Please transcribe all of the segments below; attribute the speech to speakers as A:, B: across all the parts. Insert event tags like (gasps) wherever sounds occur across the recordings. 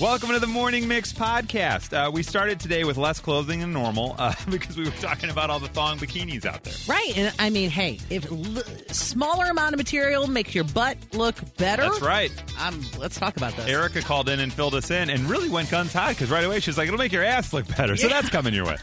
A: Welcome to the Morning Mix podcast. Uh, we started today with less clothing than normal uh, (laughs) because we were talking about all the thong bikinis out there.
B: Right, and I mean, hey, if l- smaller amount of material makes your butt look better,
A: That's right.
B: Um, let's talk about this.
A: Erica called in and filled us in and really went guns hot because right away she's like, it'll make your ass look better. So that's coming your way.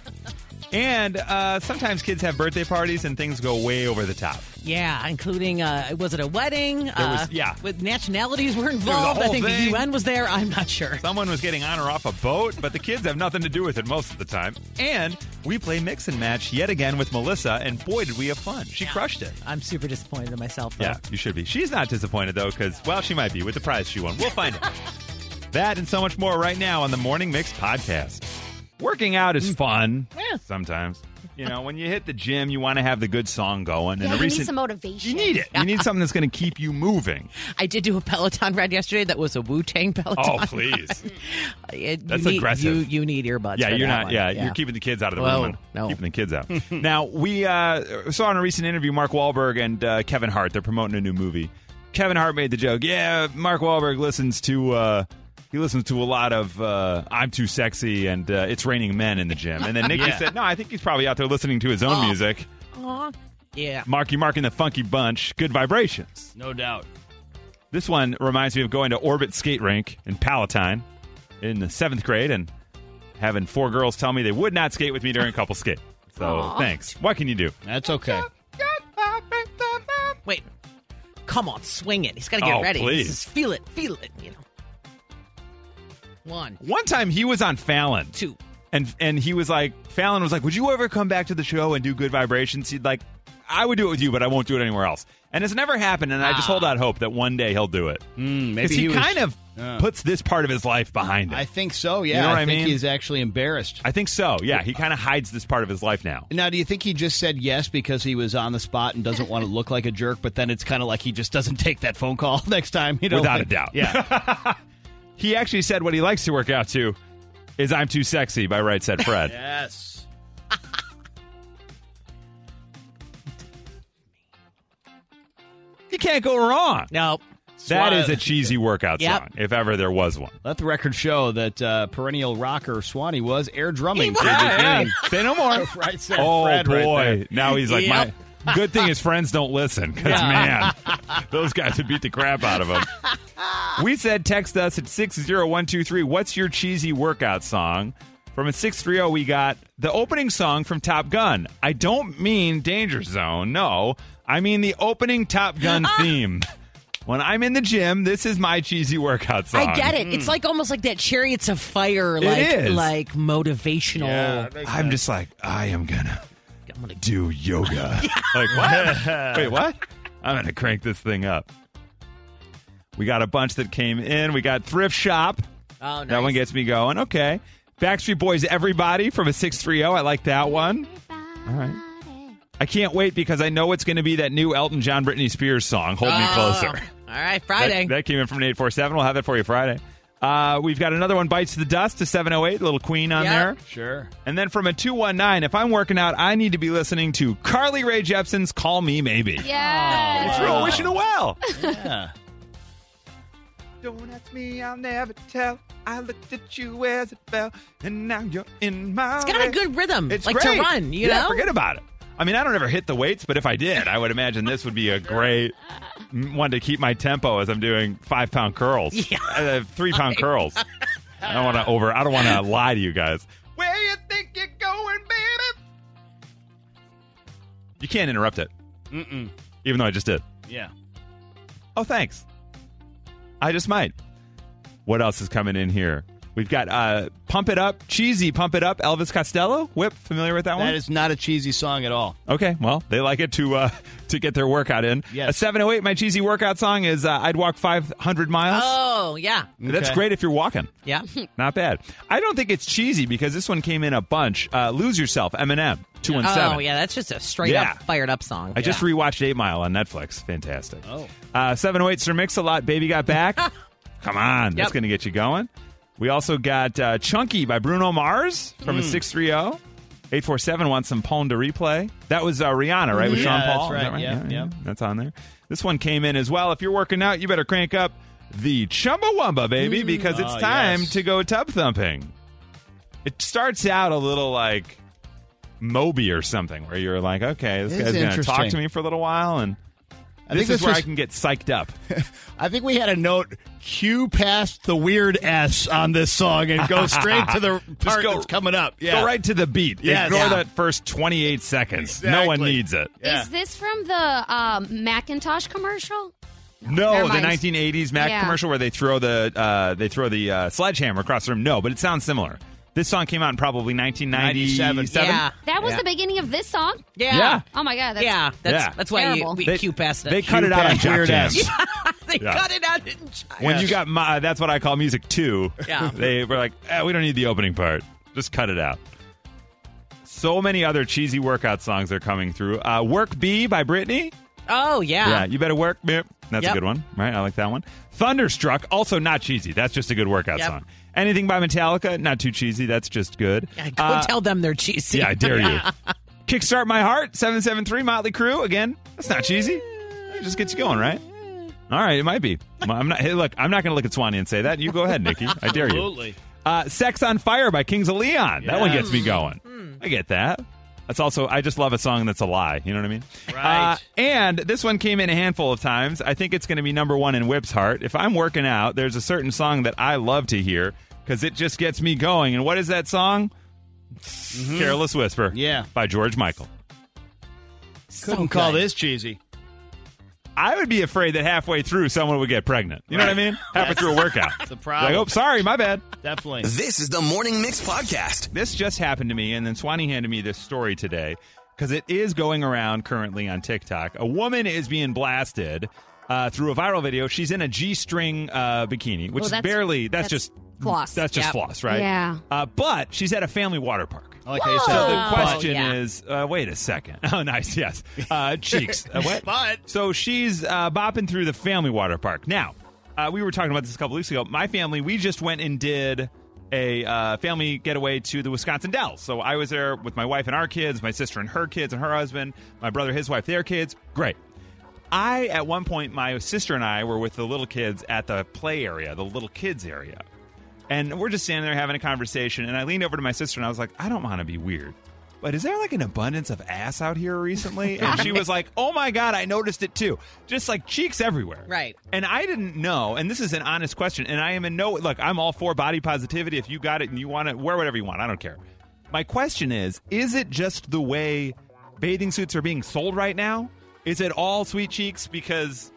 A: And uh, sometimes kids have birthday parties and things go way over the top.
B: Yeah, including uh, was it a wedding?
A: was-
B: uh,
A: yeah.
B: with nationalities were involved. I
A: whole
B: think
A: thing.
B: the UN was there. I'm not sure.
A: Someone was getting on or off a boat, but the kids have nothing to do with it most of the time. And we play mix and match yet again with Melissa, and boy, did we have fun. She crushed it.
B: I'm super disappointed in myself. Though.
A: Yeah, you should be. She's not disappointed, though, because, well, she might be with the prize she won. We'll find out. that and so much more right now on the Morning Mix podcast. Working out
C: Mm.
A: is fun
B: Yeah.
A: sometimes. You know, when you hit the gym, you want to have the good song going.
C: Yeah,
A: and a
C: you
A: recent,
C: need some motivation.
A: You need it. You need something that's going to keep you
C: (laughs)
A: moving.
B: I did do a Peloton ride yesterday. That was a Wu Tang Peloton.
A: Oh, please.
B: It- (laughs) you
A: That's
B: need,
A: aggressive.
B: You you need earbuds.
A: Yeah,
B: for
A: you're
B: that
A: not.
B: one.
A: Yeah, you're keeping the kids out of the
B: Whoa,
A: room. and
B: no.
A: Keeping the
B: (laughs)
A: kids out. now we uh, saw in a recent interview Mark Wahlberg and uh, Kevin Hart. They're promoting a new movie. Kevin Hart made the joke. Yeah, Mark Wahlberg listens to. Uh, he listens to a lot of uh, "I'm Too Sexy" and uh, "It's Raining Men" in the gym, and then Nikki said, "No, I think he's probably out there listening to his own
B: Oh.
A: music."
B: Aw. Yeah.
A: Marky Mark and the Funky Bunch, "Good Vibrations."
D: No doubt.
A: This one reminds me of going to Orbit Skate Rink in Palatine in the seventh grade and having four girls tell me they would not skate with me during couple skate. So thanks. What can you do?
D: That's okay.
B: Wait. Come on, swing it. He's got to get
A: Oh,
B: ready.
A: please.
B: This is- feel it, feel it. You know. One,
A: One time he was on Fallon.
B: two.
A: And and he was like, Fallon was like, Would you ever come back to the show and do good vibrations? He'd like, I would do it with you, but I won't do it anywhere else. And it's never happened, and I just hold out hope that one day he'll do it.
D: Mm, maybe
A: Because he,
D: was-
A: kind of
D: Yeah.
A: puts this part of his life behind him. I,
D: I think so. Yeah,
A: You know what
D: I,
A: I
D: think
A: mean?
D: he's actually embarrassed.
A: think so. Yeah, he kind of hides this part of his life now.
D: Now, do you think he just said yes because he was on the spot and doesn't want to look like a jerk? But then it's kind of like he just doesn't take that phone call (laughs) next time. You know,
A: Without
D: like-
A: a doubt.
D: Yeah.
A: (laughs) He actually said what he likes to work out to is I'm Too Sexy by Right Said Fred. (laughs)
D: yes.
A: You can't go wrong.
B: No.
A: That
D: why-
A: is a cheesy workout
B: Yep.
A: song, if ever there was one.
D: Let the record show that uh, perennial rocker Swanee was air drumming.
B: He
D: to the
B: was.
A: (laughs)
D: beginning.
A: Say no more.
D: (laughs) Right said
A: oh,
D: Fred right
A: boy.
D: there.
A: now he's like,
B: Yep. (laughs)
A: my. Good thing his friends don't listen, because, man, those guys would beat the crap out
B: (laughs)
A: of him. We said text us at 60123, what's your cheesy workout song? From a 630, oh, we got the opening song from Top Gun. I don't mean Danger Zone, no. I mean the opening
B: (laughs)
A: Top Gun theme. When I'm in the gym, this is my cheesy workout song.
B: I get it. It's like almost like that Chariots of Fire, like
A: Hmm. is.
B: like motivational.
A: Oh, I'm just like, I am gonna
B: I'm gonna
A: do yoga. (laughs) like (laughs) what? Wait, what? I'm gonna crank this thing up. We got a bunch that came in. We got thrift shop.
B: Oh, nice.
A: That one gets me going. Okay. Backstreet Boys, everybody from a six three zero. I like that one. All right. I can't wait because I know it's going to be that new Elton John, Britney Spears song. Hold me
B: Oh.
A: closer.
B: All right,
A: That-
B: Friday.
A: That, came in from an 847. We'll have that for you Friday. Uh, we've got another one, Bites to the Dust to 708, little queen on
B: Yep.
A: there. (laughs)
D: Sure.
A: And then from a 219, if I'm working out, I need to be listening to Carly Rae Jepsen's Call Me Maybe.
C: Yeah.
A: It's real wishing her well.
D: Yeah.
A: (laughs) Don't ask me, I'll never tell. I looked at you as it fell, and now you're in my
B: it's got a good rhythm.
A: It's
B: like
A: great.
B: to run, you
A: yeah,
B: know?
A: forget about it. I mean, I don't ever hit the weights, but if I did, I would imagine this would be a great one to keep my tempo as I'm doing five pound curls,
B: Yeah.
A: uh,
B: (laughs)
A: three pound curls. I don't want to over. I don't want to lie to you guys. Where you think you're going, baby? You can't interrupt it,
D: Mm-mm.
A: even though I just did.
D: Yeah.
A: Oh, thanks. I just might. What else is coming in here? We've got uh, "Pump It Up," cheesy "Pump It Up." Elvis Costello, Whip, familiar with that one?
D: That is not a cheesy song at all.
A: Okay, well, they like it to uh, (laughs) to get their workout in.
D: Yes.
A: A 708, my cheesy workout song is uh, I'd Walk 500 Miles.
B: Oh, yeah.
A: That's
D: okay.
A: great if you're walking.
B: Yeah.
A: Not bad. I don't think it's cheesy because this one came in a bunch. Uh, Lose Yourself, Eminem, 217.
B: Oh, yeah. That's just a straight
A: Yeah.
B: up fired up song.
A: I just rewatched 8 Mile on Netflix. Fantastic.
D: Oh.
A: Uh, 708, Sir Mix-a-Lot, Baby Got
D: (laughs)
A: Back. Come on. That's
B: Yep.
A: going to get you going. We also got uh, Chunky by Bruno Mars from
D: Hmm.
A: oh. a 630. 847 wants some Pone to replay. That was uh, Rihanna, right? With
D: Mhm.
A: Sean
D: Yeah,
A: Paul.
D: that's
A: Is that
D: right. Yep, yep.
A: That's on there. This one came in as well. If you're working out, you better crank up the Chumbawamba, baby, because it's
D: Oh,
A: time
D: yes.
A: to go tub thumping. It starts out a little like Moby or something, where you're like, okay, this
C: This
A: guy's
C: is
A: going to talk to
C: interesting.
A: me for a little while, and
C: I
A: this
C: think
A: is
C: this
A: where I
C: was,
A: can get psyched up.
C: I think we had a note. Cue past the
D: The weird S on this song and go straight
A: (laughs)
D: to the part
A: go-
D: that's coming up. Yeah.
A: Go right to the beat.
D: Yes.
A: Ignore
D: Yeah.
A: that first 28 seconds. No one
D: Exactly.
A: needs it.
D: Yeah.
E: Is this from the um, Macintosh commercial?
A: No,
E: Never
A: the
E: mind.
A: 1980s Mac
E: Yeah.
A: commercial where they throw the uh, they throw the uh, sledgehammer across the room. No, but it sounds similar. This song came out in probably 1997.
D: 97.
B: Yeah.
E: That was
D: Yeah.
E: the beginning of this song.
B: Yeah.
A: Yeah.
E: Oh my god. That's,
B: yeah, that's
A: Yeah.
B: that's why you,
E: Terrible.
B: we
A: They-
B: cue past it. (laughs)
A: They cut it out on Jack
D: Weird
A: Jam.
D: ass.
B: they
A: Yeah.
B: cut it out. In China.
A: When you got my, uh, that's what I call music two.
B: Yeah.
A: (laughs) they were like, eh, we don't need the opening part. Just cut it out. So many other cheesy workout songs are coming through. Uh, Work B by Britney.
B: oh
A: Yeah,
B: yeah,
A: you better work. Yep. That's
B: Yep.
A: a good one, right? I like that one. Thunderstruck, also not cheesy. That's just a good workout
B: Yep.
A: song. Anything by Metallica, not too cheesy. That's just good.
B: Yeah, Go
A: Uh,
B: tell them they're cheesy.
A: yeah, I dare you. (laughs) Kickstart My Heart, 773 Motley Crue. Again, that's not cheesy. It just gets you going, right? All right, it might be. I'm not. Hey, look, I'm not going to look at Swanee and say that. You go ahead, Nikki. I dare you.
D: Absolutely.
A: Uh, Sex on Fire by Kings of Leon. That one
D: Yeah. Hmm.
A: gets me going. I get that. That's also, I just love a song that's a lie. You know what I mean?
D: Right.
A: Uh, and this one came in a handful of times. I think it's going to be number one in Whip's Heart. If I'm working out, there's a certain song that I love to hear because it just gets me going. And what is that song? Careless Whisper.
D: Hmm. Yeah.
A: By George Michael.
D: Couldn't call this cheesy.
A: I would be afraid that halfway through someone would get pregnant. You know what I
D: (laughs)
A: mean? Halfway through a workout.
D: the problem.
A: Like, oh, sorry, my bad.
D: (laughs) Definitely.
F: This is the Morning Mix Podcast.
A: This just happened to me, and then Swanee handed me this story today because it is going around currently on TikTok. A woman is being blasted uh, through a viral video. She's in a G-string uh, bikini, which
E: Well,
A: is
E: Oh, that's-
A: barely that's,
E: that's
A: just
E: floss.
A: That's just
B: Yep.
A: floss, right?
E: Yeah.
A: Uh, but she's at a family water park.
D: I like how you said
A: So the
D: that.
A: question
B: yeah.
A: is, uh, wait a second. (laughs) Oh, nice. Yes, uh, cheeks. Uh, what?
D: But-
A: so she's uh, bopping through the family water park. Now, uh, we were talking about this a couple weeks ago. My family, we just went and did a uh, family getaway to the Wisconsin Dells. So I was there with my wife and our kids, my sister and her kids, and her husband, my brother, his wife, their kids. Great. I, at one point, my sister and I were with the little kids at the play area, the little kids area. And we're just standing there having a conversation. And I leaned over to my sister and I was like, I don't want to be weird, but is there like an abundance of ass out here recently? And she was like, Oh my God, I noticed it too. Just like cheeks everywhere.
B: Right.
A: And I didn't know. And this is an honest question. And I am in no, look, I'm all for body positivity. If you got it and you want it, wear whatever you want. I don't care. My question is Is it just the way bathing suits are being sold right now? Is it all sweet cheeks? Because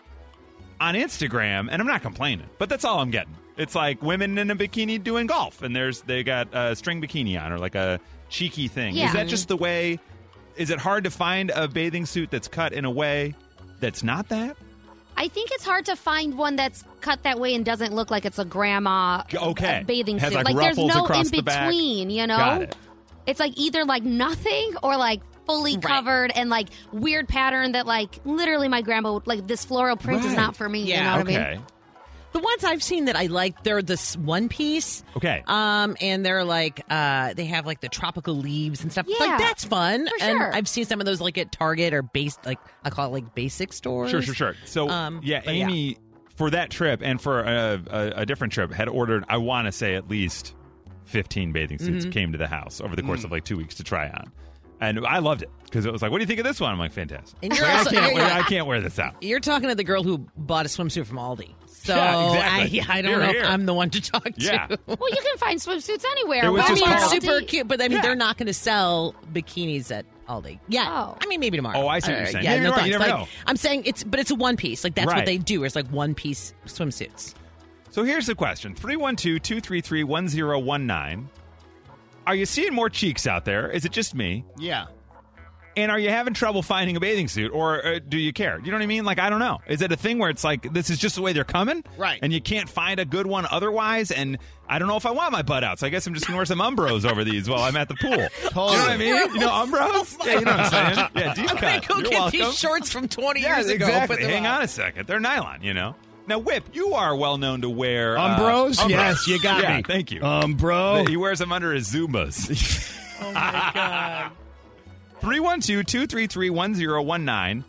A: on Instagram, and I'm not complaining, but that's all I'm getting. It's like women in a bikini doing golf, and there's they got a string bikini on or like a cheeky thing. Is
E: Yeah.
A: that just the way? Is it hard to find a bathing suit that's cut in a way that's not that?
E: I think it's hard to find one that's cut that way and doesn't look like it's a grandma
A: G- okay.
E: uh, bathing
A: Has,
E: suit.
A: like,
E: Like, there's
A: ruffles
E: no
A: across
E: in
A: the back.
E: between, you know?
A: Got it.
E: It's like either like nothing or like fully
B: Right.
E: covered and like weird pattern that like literally my grandma would like this floral print is
A: Right.
E: not for me.
B: Yeah.
E: You know what I mean?
A: Okay,
B: The ones I've seen that I like, they're this one piece.
A: okay.
B: Um, and they're like, uh, they have like the tropical leaves and stuff.
E: Yeah.
B: Like that's fun.
E: For
B: and
E: sure.
B: I've seen some of those like at Target or base, like I call it like basic stores.
A: Sure, sure, sure. So,
B: Um,
A: yeah,
B: but yeah.
A: Amy for that trip and for a, a, a different trip had ordered. I want to say at least fifteen bathing
B: Mm-hmm.
A: suits came to the house over the course
B: Mm.
A: of like two weeks to try on, and I loved it because it was like, "What do you think of this one?" I'm like, "Fantastic."
B: And you're
A: Like,
B: also-
A: I can't
B: you're-
A: wear, I can't wear this out.
B: You're talking to the girl who bought a swimsuit from Aldi. So
A: Yeah, exactly.
B: I, I don't
A: Here,
B: know
A: here.
B: if I'm the one to talk
A: Yeah.
B: to.
E: Well, you can find swimsuits anywhere.
A: It was
E: Why
A: just
E: would
B: I
E: you
B: mean,
A: called-
B: it's
E: have
B: super
E: to-
B: cute, but I mean,
A: Yeah.
B: they're not going to sell bikinis at Aldi. Yeah,
E: Oh.
B: I mean, maybe tomorrow.
A: Oh, I see what you're
B: Uh,
A: saying.
B: Yeah,
A: Maybe
B: no
A: tomorrow.
B: thanks.
A: You never
B: like,
A: know.
B: I'm saying it's, but it's a one piece. Like that's
A: Right.
B: what they do. Is like one piece swimsuits.
A: (laughs) So here's the question 312 233 1019. Are you seeing more cheeks out there? Is it just me?
D: Yeah.
A: And are you having trouble finding a bathing suit or uh, do you care? You know what I mean? Like, I don't know. Is it a thing where it's like, this is just the way they're coming?
D: Right.
A: And you can't find a good one otherwise? And I don't know if I want my butt out. So I guess I'm just going to wear some Umbros over these while I'm at
D: (laughs)
A: the pool. You know what I mean? You know, Umbros? yeah, you know what I'm saying? Yeah, deep
B: I'm
A: cut.
B: gonna go
A: You're
B: get
A: welcome.
B: these shorts from 20
A: yeah,
B: years ago.
A: exactly.
B: Put them
A: Hang on a second. They're nylon, you know? Now, Whip, you are well known to wear. uh,
D: Umbros?
A: Umbros.
D: Yes, you got
A: Yeah,
D: me. Oh,
A: Thank you.
D: Umbro.
A: He wears them under his Zumbas.
B: (laughs) Oh my
A: (laughs)
B: god.
A: 312 233 1019.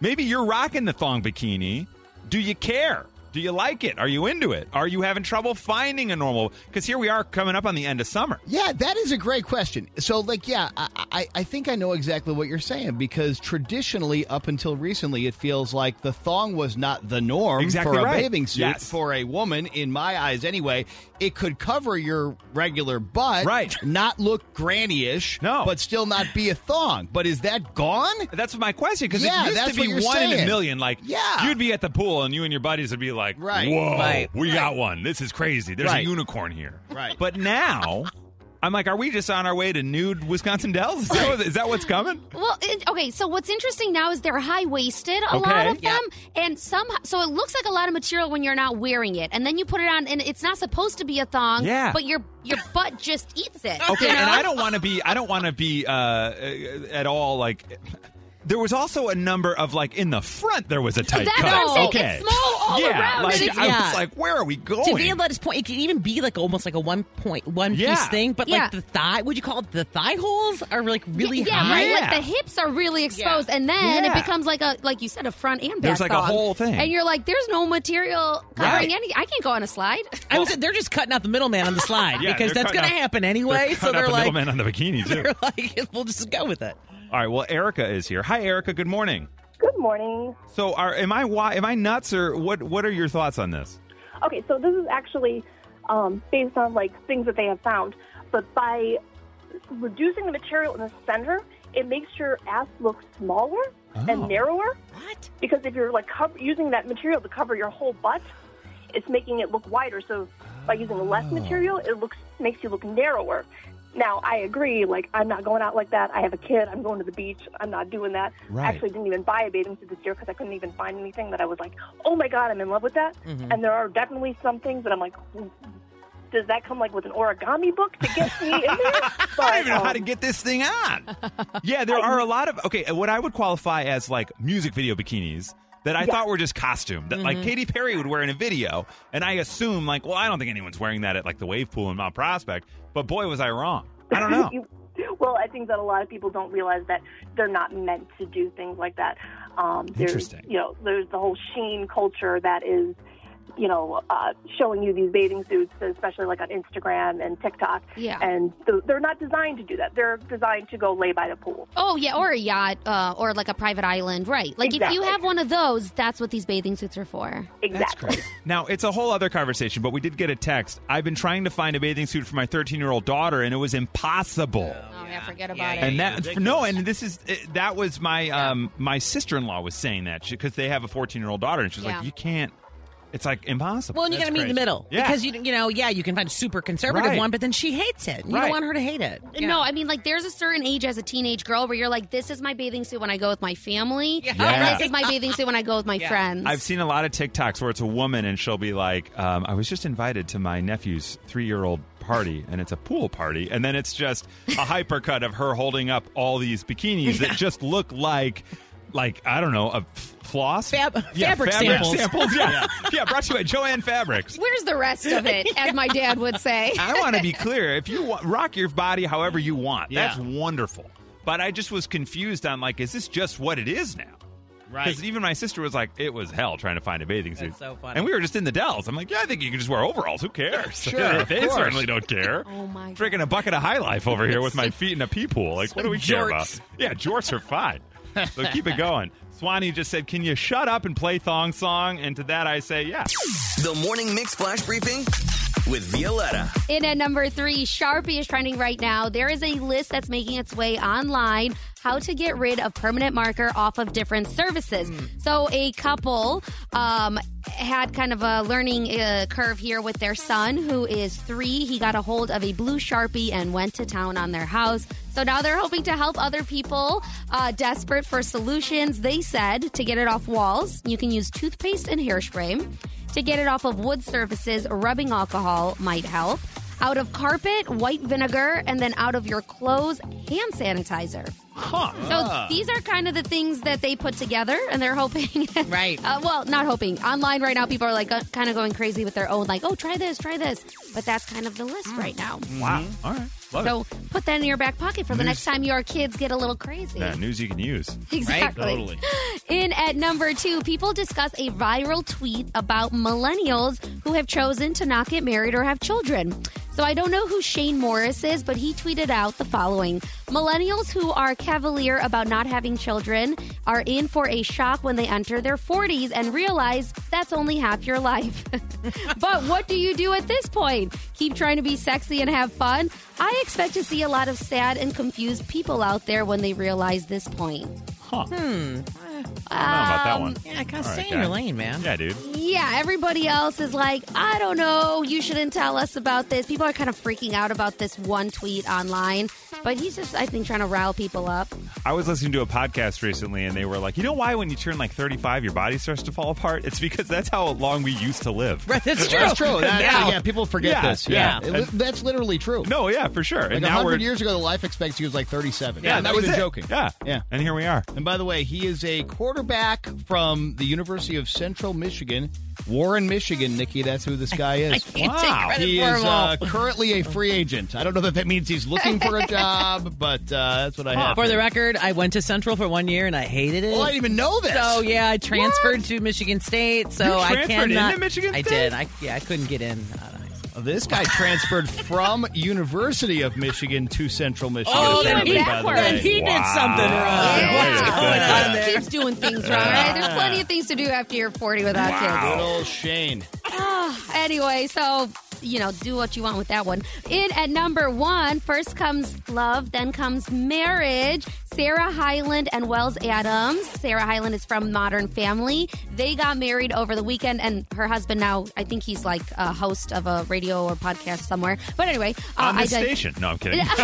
A: Maybe you're rocking the thong bikini. Do you care? Do you like it? Are you into it? Are you having trouble finding a normal? Because here we are coming up on the end of summer.
C: Yeah, that is a great question. So, like, yeah, I, I, I think I know exactly what you're saying because traditionally, up until recently, it feels like the thong was not the norm
A: Exactly
C: for a
A: right.
C: bathing suit.
A: Yes.
C: For a woman, in my eyes anyway, it could cover your regular butt,
A: Right.
C: not look granny-ish,
A: No.
C: but still not be a thong. But is that gone?
A: That's my question because
C: Yeah,
A: it used
C: that's
A: to be
C: what
A: one
C: you're
A: in a
C: saying.
A: million. Like,
C: Yeah.
A: you'd be at the pool and you and your buddies would be like,
C: Right.
A: "Whoa,
B: Right.
A: we got one! This is crazy. There's a
C: Right.
A: unicorn here."
C: Right.
A: But now, I'm like, "Are we just on our way to nude Wisconsin Dells? Is, that, what- is that what's coming?"
E: Well, it, okay. So what's interesting now is they're high waisted, a lot
A: Okay.
E: of them, and some. So it looks like a lot of material when you're not wearing it, and then you put it on, and it's not supposed to be a thong.
A: Yeah.
E: But your your butt just eats it.
A: Okay,
E: you know?
A: and I don't want to be. I don't want to be uh, uh, at all like. There was also a number of like in the front. There was a
E: (laughs)
A: tight
E: That's what
A: cut.
E: I'm saying.
A: Okay,
E: It's small all
A: yeah,
E: around.
A: Like,
E: It's-
A: I
B: yeah.
A: was like, where are we going?
B: To Via Lettuce Point, it could even be like almost like a one point one
A: Yeah.
B: piece thing, but
E: Yeah.
B: like the thigh, would you call it the thigh holes are like really
E: yeah,
B: high?
E: right.
A: Yeah.
E: Like the hips are really exposed, and then
A: Yeah.
E: it becomes like a like you said a front and back.
A: There's like a
E: thong.
A: whole thing.
E: and you're like, there's no material covering
A: Right.
E: any. I can't go on a slide. (laughs)
B: I was, they're just cutting out the middleman
A: (laughs)
B: on the slide
A: Yeah,
B: because
A: they're
B: that's
A: cutting
B: going to
A: out-
B: happen
A: They're
B: anyway. so
A: cutting out
B: they're
A: the
B: like,
A: middleman on the bikini too.
B: (laughs) they're like, we'll just go with it.
A: All right. Well, Erica is here. Hi, Erica. Good morning.
G: Good morning.
A: So, are am I wi- am I nuts or what? What are your thoughts on this?
G: Okay, so this is actually um, based on like things that they have found, but by reducing the material in the center, it makes your ass look smaller and narrower.
B: What?
G: Because if you're like cover- using that material to cover your whole butt, it's making it look wider. So by using less
A: Oh.
G: material, it looks makes you look narrower. Now I agree. Like I'm not going out like that. I have a kid. I'm going to the beach. I'm not doing that.
A: Right.
G: I actually didn't even buy a bathing suit this year because I couldn't even find anything that I was like, oh my god, I'm in love with that.
A: Mm-hmm.
G: And there are definitely some things that I'm like. Does that come like with an origami book to get me in there? But,
A: (laughs) I don't even know how
G: um,
A: to get this thing on. yeah, there are a lot of okay. What I would qualify as like music video bikinis that I thought were just costume that like Katy Perry would wear in a video, and I assume like, well, I don't think anyone's wearing that at like the wave pool in Mount Prospect. But boy, was I wrong. I don't know.
G: You- well, I think that a lot of people don't realize that they're not meant to do things like that. Um, there's,
A: Interesting.
G: You know, there's the whole sheen culture that is, you know, uh, showing you these bathing suits, especially like on Instagram and TikTok.
E: Yeah.
G: And th- they're not designed to do that. They're designed to go lay by the pool.
E: Oh yeah, or a yacht, uh, or like a private island, right? Like if you
G: Exactly.
E: have one of those, that's what these bathing suits are for.
G: Exactly.
A: Now, it's a whole other conversation, but we did get a text. I've been trying to find a bathing suit for my 13 year old daughter, and it was impossible.
E: Oh yeah, forget
D: Yeah,
E: about
D: yeah,
E: it.
A: and
D: yeah.
A: that
D: ridiculous.
A: no, and this is it, that was my um my sister in law was saying that because they have a 14 year old daughter, and she's
E: Yeah.
A: like, you can't. It's like impossible.
B: Well, and you got to meet in the middle
A: Yeah.
B: because you you know yeah you can find a super conservative
A: Right.
B: one, but then she hates it. You
A: Right.
B: don't want her to hate it. Yeah.
E: No, I mean, like, there's a certain age as a teenage girl where you're like, this is my bathing suit when I go with my family.
A: Yeah.
E: And this is my bathing suit when I go with my friends.
A: I've seen a lot of TikToks where it's a woman and she'll be like, um, I was just invited to my nephew's three year old party and it's a pool party. And then it's just
B: (laughs)
A: a hypercut of her holding up all these bikinis that just look like. Like I don't know, a f- floss,
B: Fab- fabric samples. (laughs)
A: yeah. yeah, Brought to you by Joanne Fabrics.
E: Where's the rest of (laughs) it, as my dad would say?
A: I want to be clear. If you wa- rock your body however you want,
D: Yeah.
A: that's wonderful. But I just was confused on like, is this just what it is now?
D: Right.
A: Because even my sister was like, it was hell trying to find a bathing suit.
B: That's so funny.
A: And we were just in the Dells. I'm like, yeah, I think you can just wear overalls. Who cares?
D: (laughs) Sure, of
A: they
D: course.
A: certainly don't care.
E: (laughs) Oh, my God.
A: Drinking a bucket of High Life over
E: (laughs)
A: here with my feet in a pee pool. Like, what do we care about?
B: Jorts.
A: Yeah, jorts are fine. So keep it
D: (laughs)
A: going. Swanee just said, can you shut up and play Thong Song? And to that I say, yeah.
F: The Morning Mix Flash Briefing with Violetta.
E: In at number three, Sharpie is trending right now. There is a list that's making its way online how to get rid of permanent marker off of different services. So, a couple um, had kind of a learning uh, curve here with their son, who is three. He got a hold of a blue Sharpie and went to town on their house. So now they're hoping to help other people uh, desperate for solutions. They said to get it off walls, you can use toothpaste and hairspray. To get it off of wood surfaces, rubbing alcohol might help. Out of carpet, white vinegar, and then out of your clothes, hand sanitizer. So these are kind of the things that they put together, and they're hoping. (laughs)
B: Right.
E: Uh, well, not hoping. Online right now, people are like go- kind of going crazy with their own, like, oh, try this, try this. But that's kind of the list right now.
D: Mm-hmm.
A: Wow. All right. Love
E: So put that in your back pocket for the next time your kids get a little crazy.
A: it. That news you can use.
E: (laughs) Exactly.
D: Totally.
E: In at number two, people discuss a viral tweet about millennials who have chosen to not get married or have children. So I don't know who Shane Morris is, but he tweeted out the following Millennials who are cavalier about not having children are in for a shock when they enter their 40s and realize that's only half your life. (laughs) but what do you do at this point? Keep trying to be sexy and have fun? I expect to see a lot of sad and confused people out there when they realize this point.
A: I don't know about that one.
B: Yeah, kind of
A: All right,
B: stay in your
A: guy.
B: lane, man.
A: Yeah, dude.
E: Yeah, everybody else is like, I don't know, you shouldn't tell us about this. People are kind of freaking out about this one tweet online, but he's just, I think, trying to rile people up.
A: I was listening to a podcast recently, and they were like, "You know why when you turn like 35, your body starts to fall apart? It's because that's how long we used to live."
B: (laughs) Right, that's true.
D: That's
A: (laughs)
D: true. That-
B: Yeah. (laughs)
D: yeah. people forget
A: Yeah,
D: this.
A: yeah.
D: It li- that's literally true.
A: No, yeah, for sure.
D: like
A: and
D: a
A: now we're
D: hundred years ago, the life expectancy was like thirty-seven.
A: yeah,
D: I'm
A: that
D: not
A: was
D: even
A: it.
D: joking.
A: Yeah,
D: Yeah.
A: And here we are.
D: And by the way, he is a quarterback from the University of Central Michigan, Warren, Michigan. Nikki, that's who this
B: (laughs)
D: guy
B: I
D: is.
B: can't
A: Wow.
B: take credit
D: He
B: for
D: is
B: them all.
D: uh, currently a free agent. I don't know that that means he's looking
B: (laughs)
D: for a job, but uh, that's what I have.
B: for the record, I went to Central for one year and I hated it.
D: Well,
A: Oh, (laughs)
D: I didn't even know this.
B: So yeah, I transferred to Michigan State. So
A: You
B: I
A: transferred
B: cannot.
A: into Michigan
B: I
A: State?
B: did. I yeah, I couldn't get in. I don't know.
D: Uh, This guy transferred from University of Michigan to Central Michigan.
B: Oh,
E: then
D: apparently,
E: he-
D: by the
E: then
D: way.
B: he did
A: Wow.
B: something wrong.
A: Yeah,
E: What's
A: wait a
E: going
A: second.
E: on there? Keeps doing things wrong, right? There's plenty of things to do after you're 40 without
D: Good
E: kids.
D: old Shane.
E: Anyway, so. You know, do what you want with that one. In at number one, first comes love, then comes marriage. Sarah Hyland and Wells Adams. Sarah Hyland is from Modern Family. They got married over the weekend, and her husband now, I think he's like a host of a radio or podcast somewhere. But anyway, uh,
A: On
E: I
A: this
E: dig-
A: station. No, I'm kidding.
E: (laughs)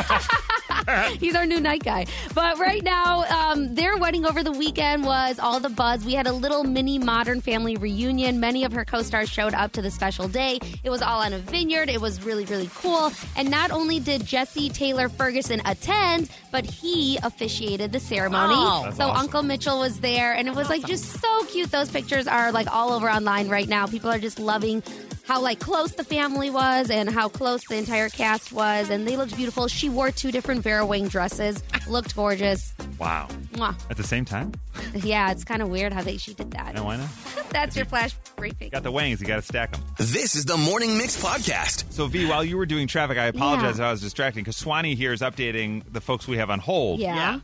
E: He's our new night guy. But right now, um, their wedding over the weekend was all the buzz. We had a little mini modern family reunion. Many of her co stars showed up to the special day. It was all on a vineyard. It was really, really cool. And not only did Jesse Taylor Ferguson attend, but he officiated the ceremony.
B: Wow.
A: That's
E: so
A: awesome.
E: Uncle Mitchell was there, and it was like just so cute. Those pictures are like all over online right now. People are just loving how like close the family was and how close the entire cast was, and they looked beautiful. She wore two different Vera Wang dresses, looked gorgeous.
A: (laughs) wow.
E: Mwah.
A: At the same time?
E: Yeah, it's kind of weird how they she did that.
A: No, why not?
E: That's your flash briefing.
A: Got the wangs. You got to stack them.
F: This is the Morning Mix Podcast.
A: So, V, while you were doing traffic, I apologize
E: Yeah.
A: if I was distracting because Swanee here is updating the folks we have on hold.
E: Yeah.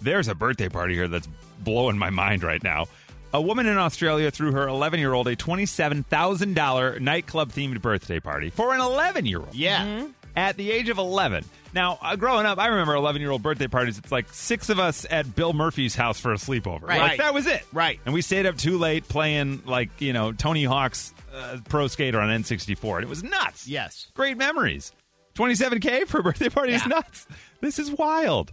A: There's a birthday party here that's blowing my mind right now. A woman in Australia threw her 11 year old a $27,000 nightclub themed birthday party for an 11 year old
D: Yeah.
B: Mm-hmm.
A: at the age of 11. Now, uh, growing up, I remember 11 year old birthday parties. It's like six of us at Bill Murphy's house for a sleepover.
B: Right.
A: Like, that was it.
D: Right.
A: And we stayed up too late playing, like, you know, Tony Hawk's uh, Pro Skater on N64. And it was nuts.
D: Yes.
A: Great memories. 27K for a birthday party is nuts. This is wild.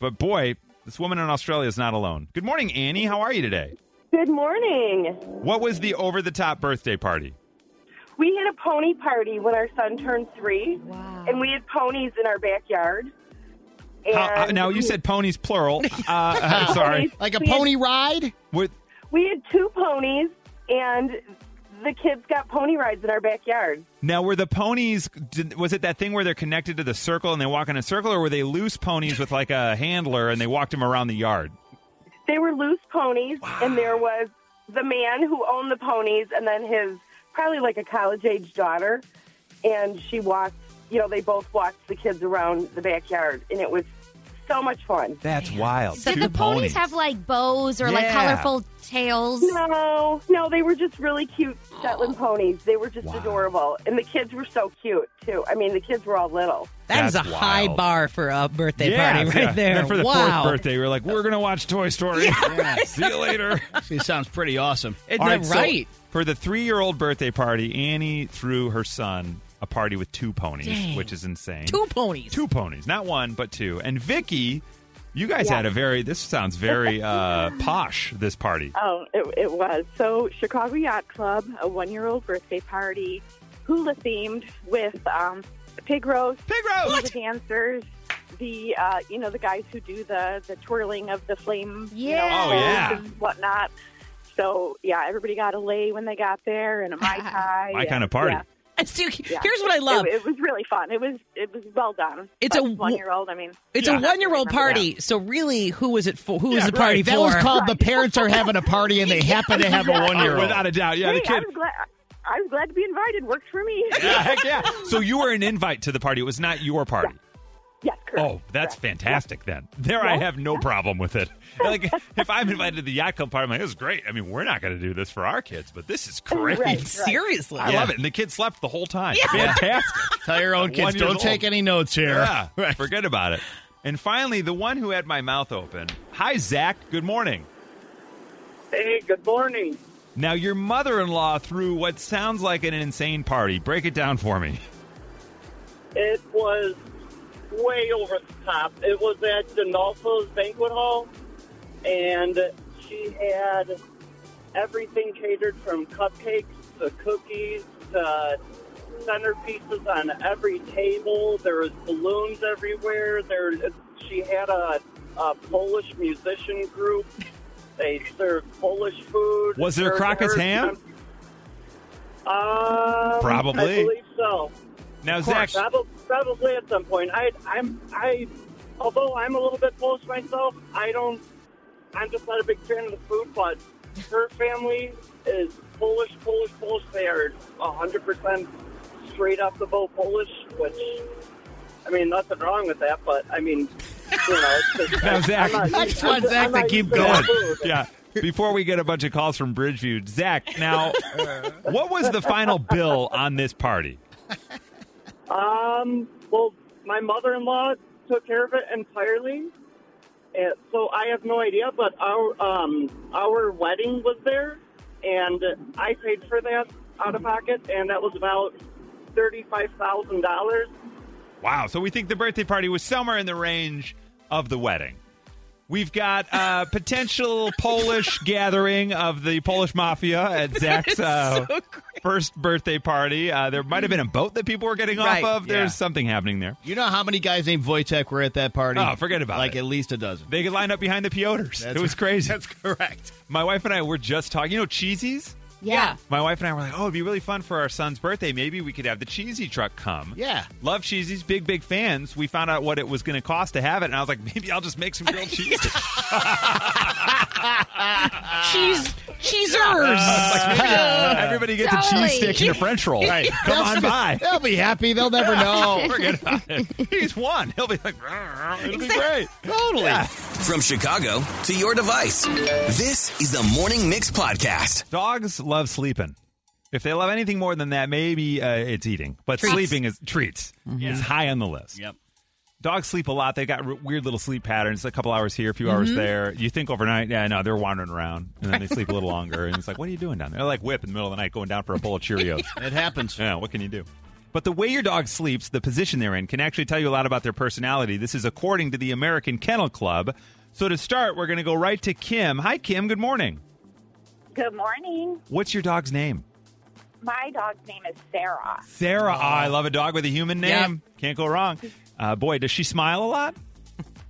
A: But boy, this woman in Australia is not alone. Good morning, Annie. How are you today?
G: Good morning.
A: What was the over the top birthday party?
G: We had a pony party when our son turned three,
E: Wow.
G: and we had ponies in our backyard. And
A: How, uh, now, you said
B: (laughs)
A: ponies plural. Uh, sorry.
D: Like a
G: We had-
D: pony ride?
A: With,
G: we had two ponies, and the kids got pony rides in our backyard.
A: Now, were the ponies? Did, was it that thing where they're connected to the circle and they walk in a circle, or were they loose ponies with like a handler and they walked them around the yard?
G: They were loose ponies, and there was the man who owned the ponies, and then his probably like a college age daughter, and she walked. You know, they both walked the kids around the backyard, and it was so much fun.
A: That's wild.
E: Did the ponies have like bows or like
A: Yeah.
E: colorful tails?
G: No, no, they were just really cute Shetland ponies. They were just
A: Wow.
G: adorable, and the kids were so cute too. I mean, the kids were all little.
B: That is a
A: That's
B: high
A: wild.
B: bar for a birthday party right
A: yeah.
B: there.
A: Then for the
B: wow.
A: fourth birthday, we were like, we're gonna watch
B: (laughs)
A: Toy Story. See you later.
D: It sounds pretty awesome.
B: Isn't
A: All
B: that
A: so
B: right?
A: for the three-year-old birthday party, Annie threw her son a party with two ponies,
B: Dang.
A: which is insane.
B: Two ponies. (laughs)
A: two ponies, not one, but two. And Vicky, you guys had a very. This sounds
H: (laughs)
A: very uh, posh. This party.
H: Oh, it, it was. So, Chicago Yacht Club, a one year old birthday party, hula themed with um, pig roast,
A: Pig roast.
H: the dancers, the uh, you know the guys who do the the twirling of the flame.
E: Yeah.
H: You
E: Oh,
H: know,
A: yeah.
H: poles and whatnot. So yeah, everybody got a lay when they got there and a mai tai.
A: My
H: and-
A: kind of party.
H: yeah,
B: So
H: yeah.
B: here's what I love.
H: It, it was really fun. It was it was well done.
B: It's a w-
H: one year old. I mean,
B: It's a
H: yeah.
B: one-year-old
H: Yeah.
B: party. So really, who was it for? Who was
A: Yeah,
B: the party
A: right.
B: for?
D: That was called the parents are having a party
A: (laughs)
D: and they happen to have a one year
A: Oh,
D: old.
A: without a doubt. Yeah,
H: Hey,
A: the
H: I
A: kid. (laughs)
H: was glad. I was glad to be invited. Worked for me.
A: Yeah, heck yeah. So you were an invite to the party. It was not your party.
H: (laughs) yes, correct.
A: Oh, that's fantastic then. There I have no problem with
H: (laughs)
A: it. Like if I'm invited to the yacht club party, I'm like, this is great. I mean, we're not gonna do this for our kids, but this is
B: (laughs)
A: great.
B: Seriously,
A: I love it. And the kid slept the whole time. Fantastic.
D: Tell your own
A: One
D: kids,
A: years
D: don't
A: old.
D: take any notes here.
A: (laughs) Yeah. Forget about it. And finally, the one who had my mouth open. Hi, Zach. Good morning.
I: Hey, good morning.
A: Now, your mother in law threw what sounds like an insane party. Break it down for me.
I: It was way over the top. It was at Donolfo's banquet hall, and she had everything catered from cupcakes to cookies to centerpieces on every table. There was balloons everywhere. There, she had a, a Polish musician group. They served Polish food.
A: Was there
I: Her-
A: Crockett's
I: her-
A: ham?
I: Um,
A: Probably.
I: I believe so.
A: Now,
I: Probably,
A: Zach,
I: probably at some point. I, I'm, I, although I'm a little bit Polish myself, I don't. I'm just not a big fan of the food, but her family is Polish, Polish, Polish. They are 100 percent straight off the boat Polish, which. I mean, nothing wrong with that, but I mean, you know, it's just,
A: (laughs) Now, Zach-
I: I'm not
D: I
I: used-
D: just want
I: I'm-
D: Zach
I: I'm
D: to
I: not
D: keep
I: used that
D: going.
I: food.
A: yeah. Before we get a bunch of calls from Bridgeview, Zach, now,
I: (laughs)
A: what was the final bill on this party?
I: Um, well, my mother-in-law took care of it entirely, and so I have no idea. But our um, our wedding was there, and I paid for that out of pocket, and that was about thirty-five thousand dollars.
A: Wow. So we think the birthday party was somewhere in the range of the wedding. We've got a potential Polish gathering of the Polish mafia at Zach's uh, first birthday party. Uh, there might have been a boat that people were getting
B: Right,
A: off of.
D: yeah.
A: There's something happening there.
D: You know how many guys named Wojtek were at that party?
A: Oh, forget about
D: like
A: it.
D: at least a
A: (laughs)
D: dozen.
A: They could line up behind the Pioters.
D: That's
A: it was crazy.
D: That's correct.
A: My wife and I were just talking. You know, cheesies?
E: Yeah.
A: My wife and I were like, oh, it'd be really fun for our son's birthday. Maybe we could have the cheesy truck come.
D: Yeah.
A: Love cheesies, big, big fans. We found out what it was going to cost to have it, and I was like, (laughs) maybe I'll just make some grilled cheese.
B: cheese, cheesers.
A: Uh, Everybody gets a
E: Totally.
A: cheese stick and a french roll. (laughs) Right. Come on by.
D: They'll be happy. They'll never know.
A: (laughs) Forget about it. He's one. He'll be like, "Rrr." it'll be great.
D: totally.
F: From Chicago to your device, this is the Morning Mix Podcast.
A: Dogs love sleeping. If they love anything more than that, maybe uh, it's eating. But sleeping is treats is high on the list.
D: Yep.
A: Dogs sleep a lot. They got r- weird little sleep patterns. A couple hours here, a few hours there. You think overnight, yeah, no, they're wandering around, and then they sleep a little longer. And it's like, what are you doing down there? They're like whip in the middle of the night, going down for a bowl of Cheerios.
D: It happens.
A: Yeah, what can you do? But the way your dog sleeps, the position they're in, can actually tell you a lot about their personality. This is according to the American Kennel Club. So to start, we're going to go right to Kim. Hi, Kim. Good morning.
H: Good morning.
A: What's your dog's name?
H: My dog's name is Sarah. (laughs)
A: Sarah. Ah, I love a dog with a human name. Can't go wrong. Uh, boy, does she smile a lot?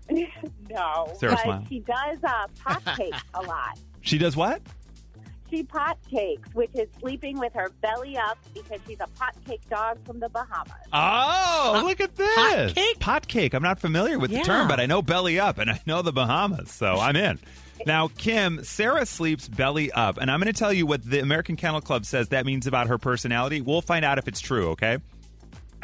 H: No,
A: Sarah
H: but
A: smile.
H: she does uh,
A: (laughs)
H: pot cakes a lot.
A: She does what?
H: She pot cakes, which is sleeping with her belly up because she's a pot cake dog from the Bahamas.
A: Oh, look at this.
B: hot cake?
A: Pot cake. I'm not familiar with
B: Yeah.
A: the term, but I know belly up and I know the Bahamas, so I'm in. Now, Kim, Sarah sleeps belly up, and I'm going to tell you what the American Kennel Club says that means about her personality. We'll find out if it's true, okay?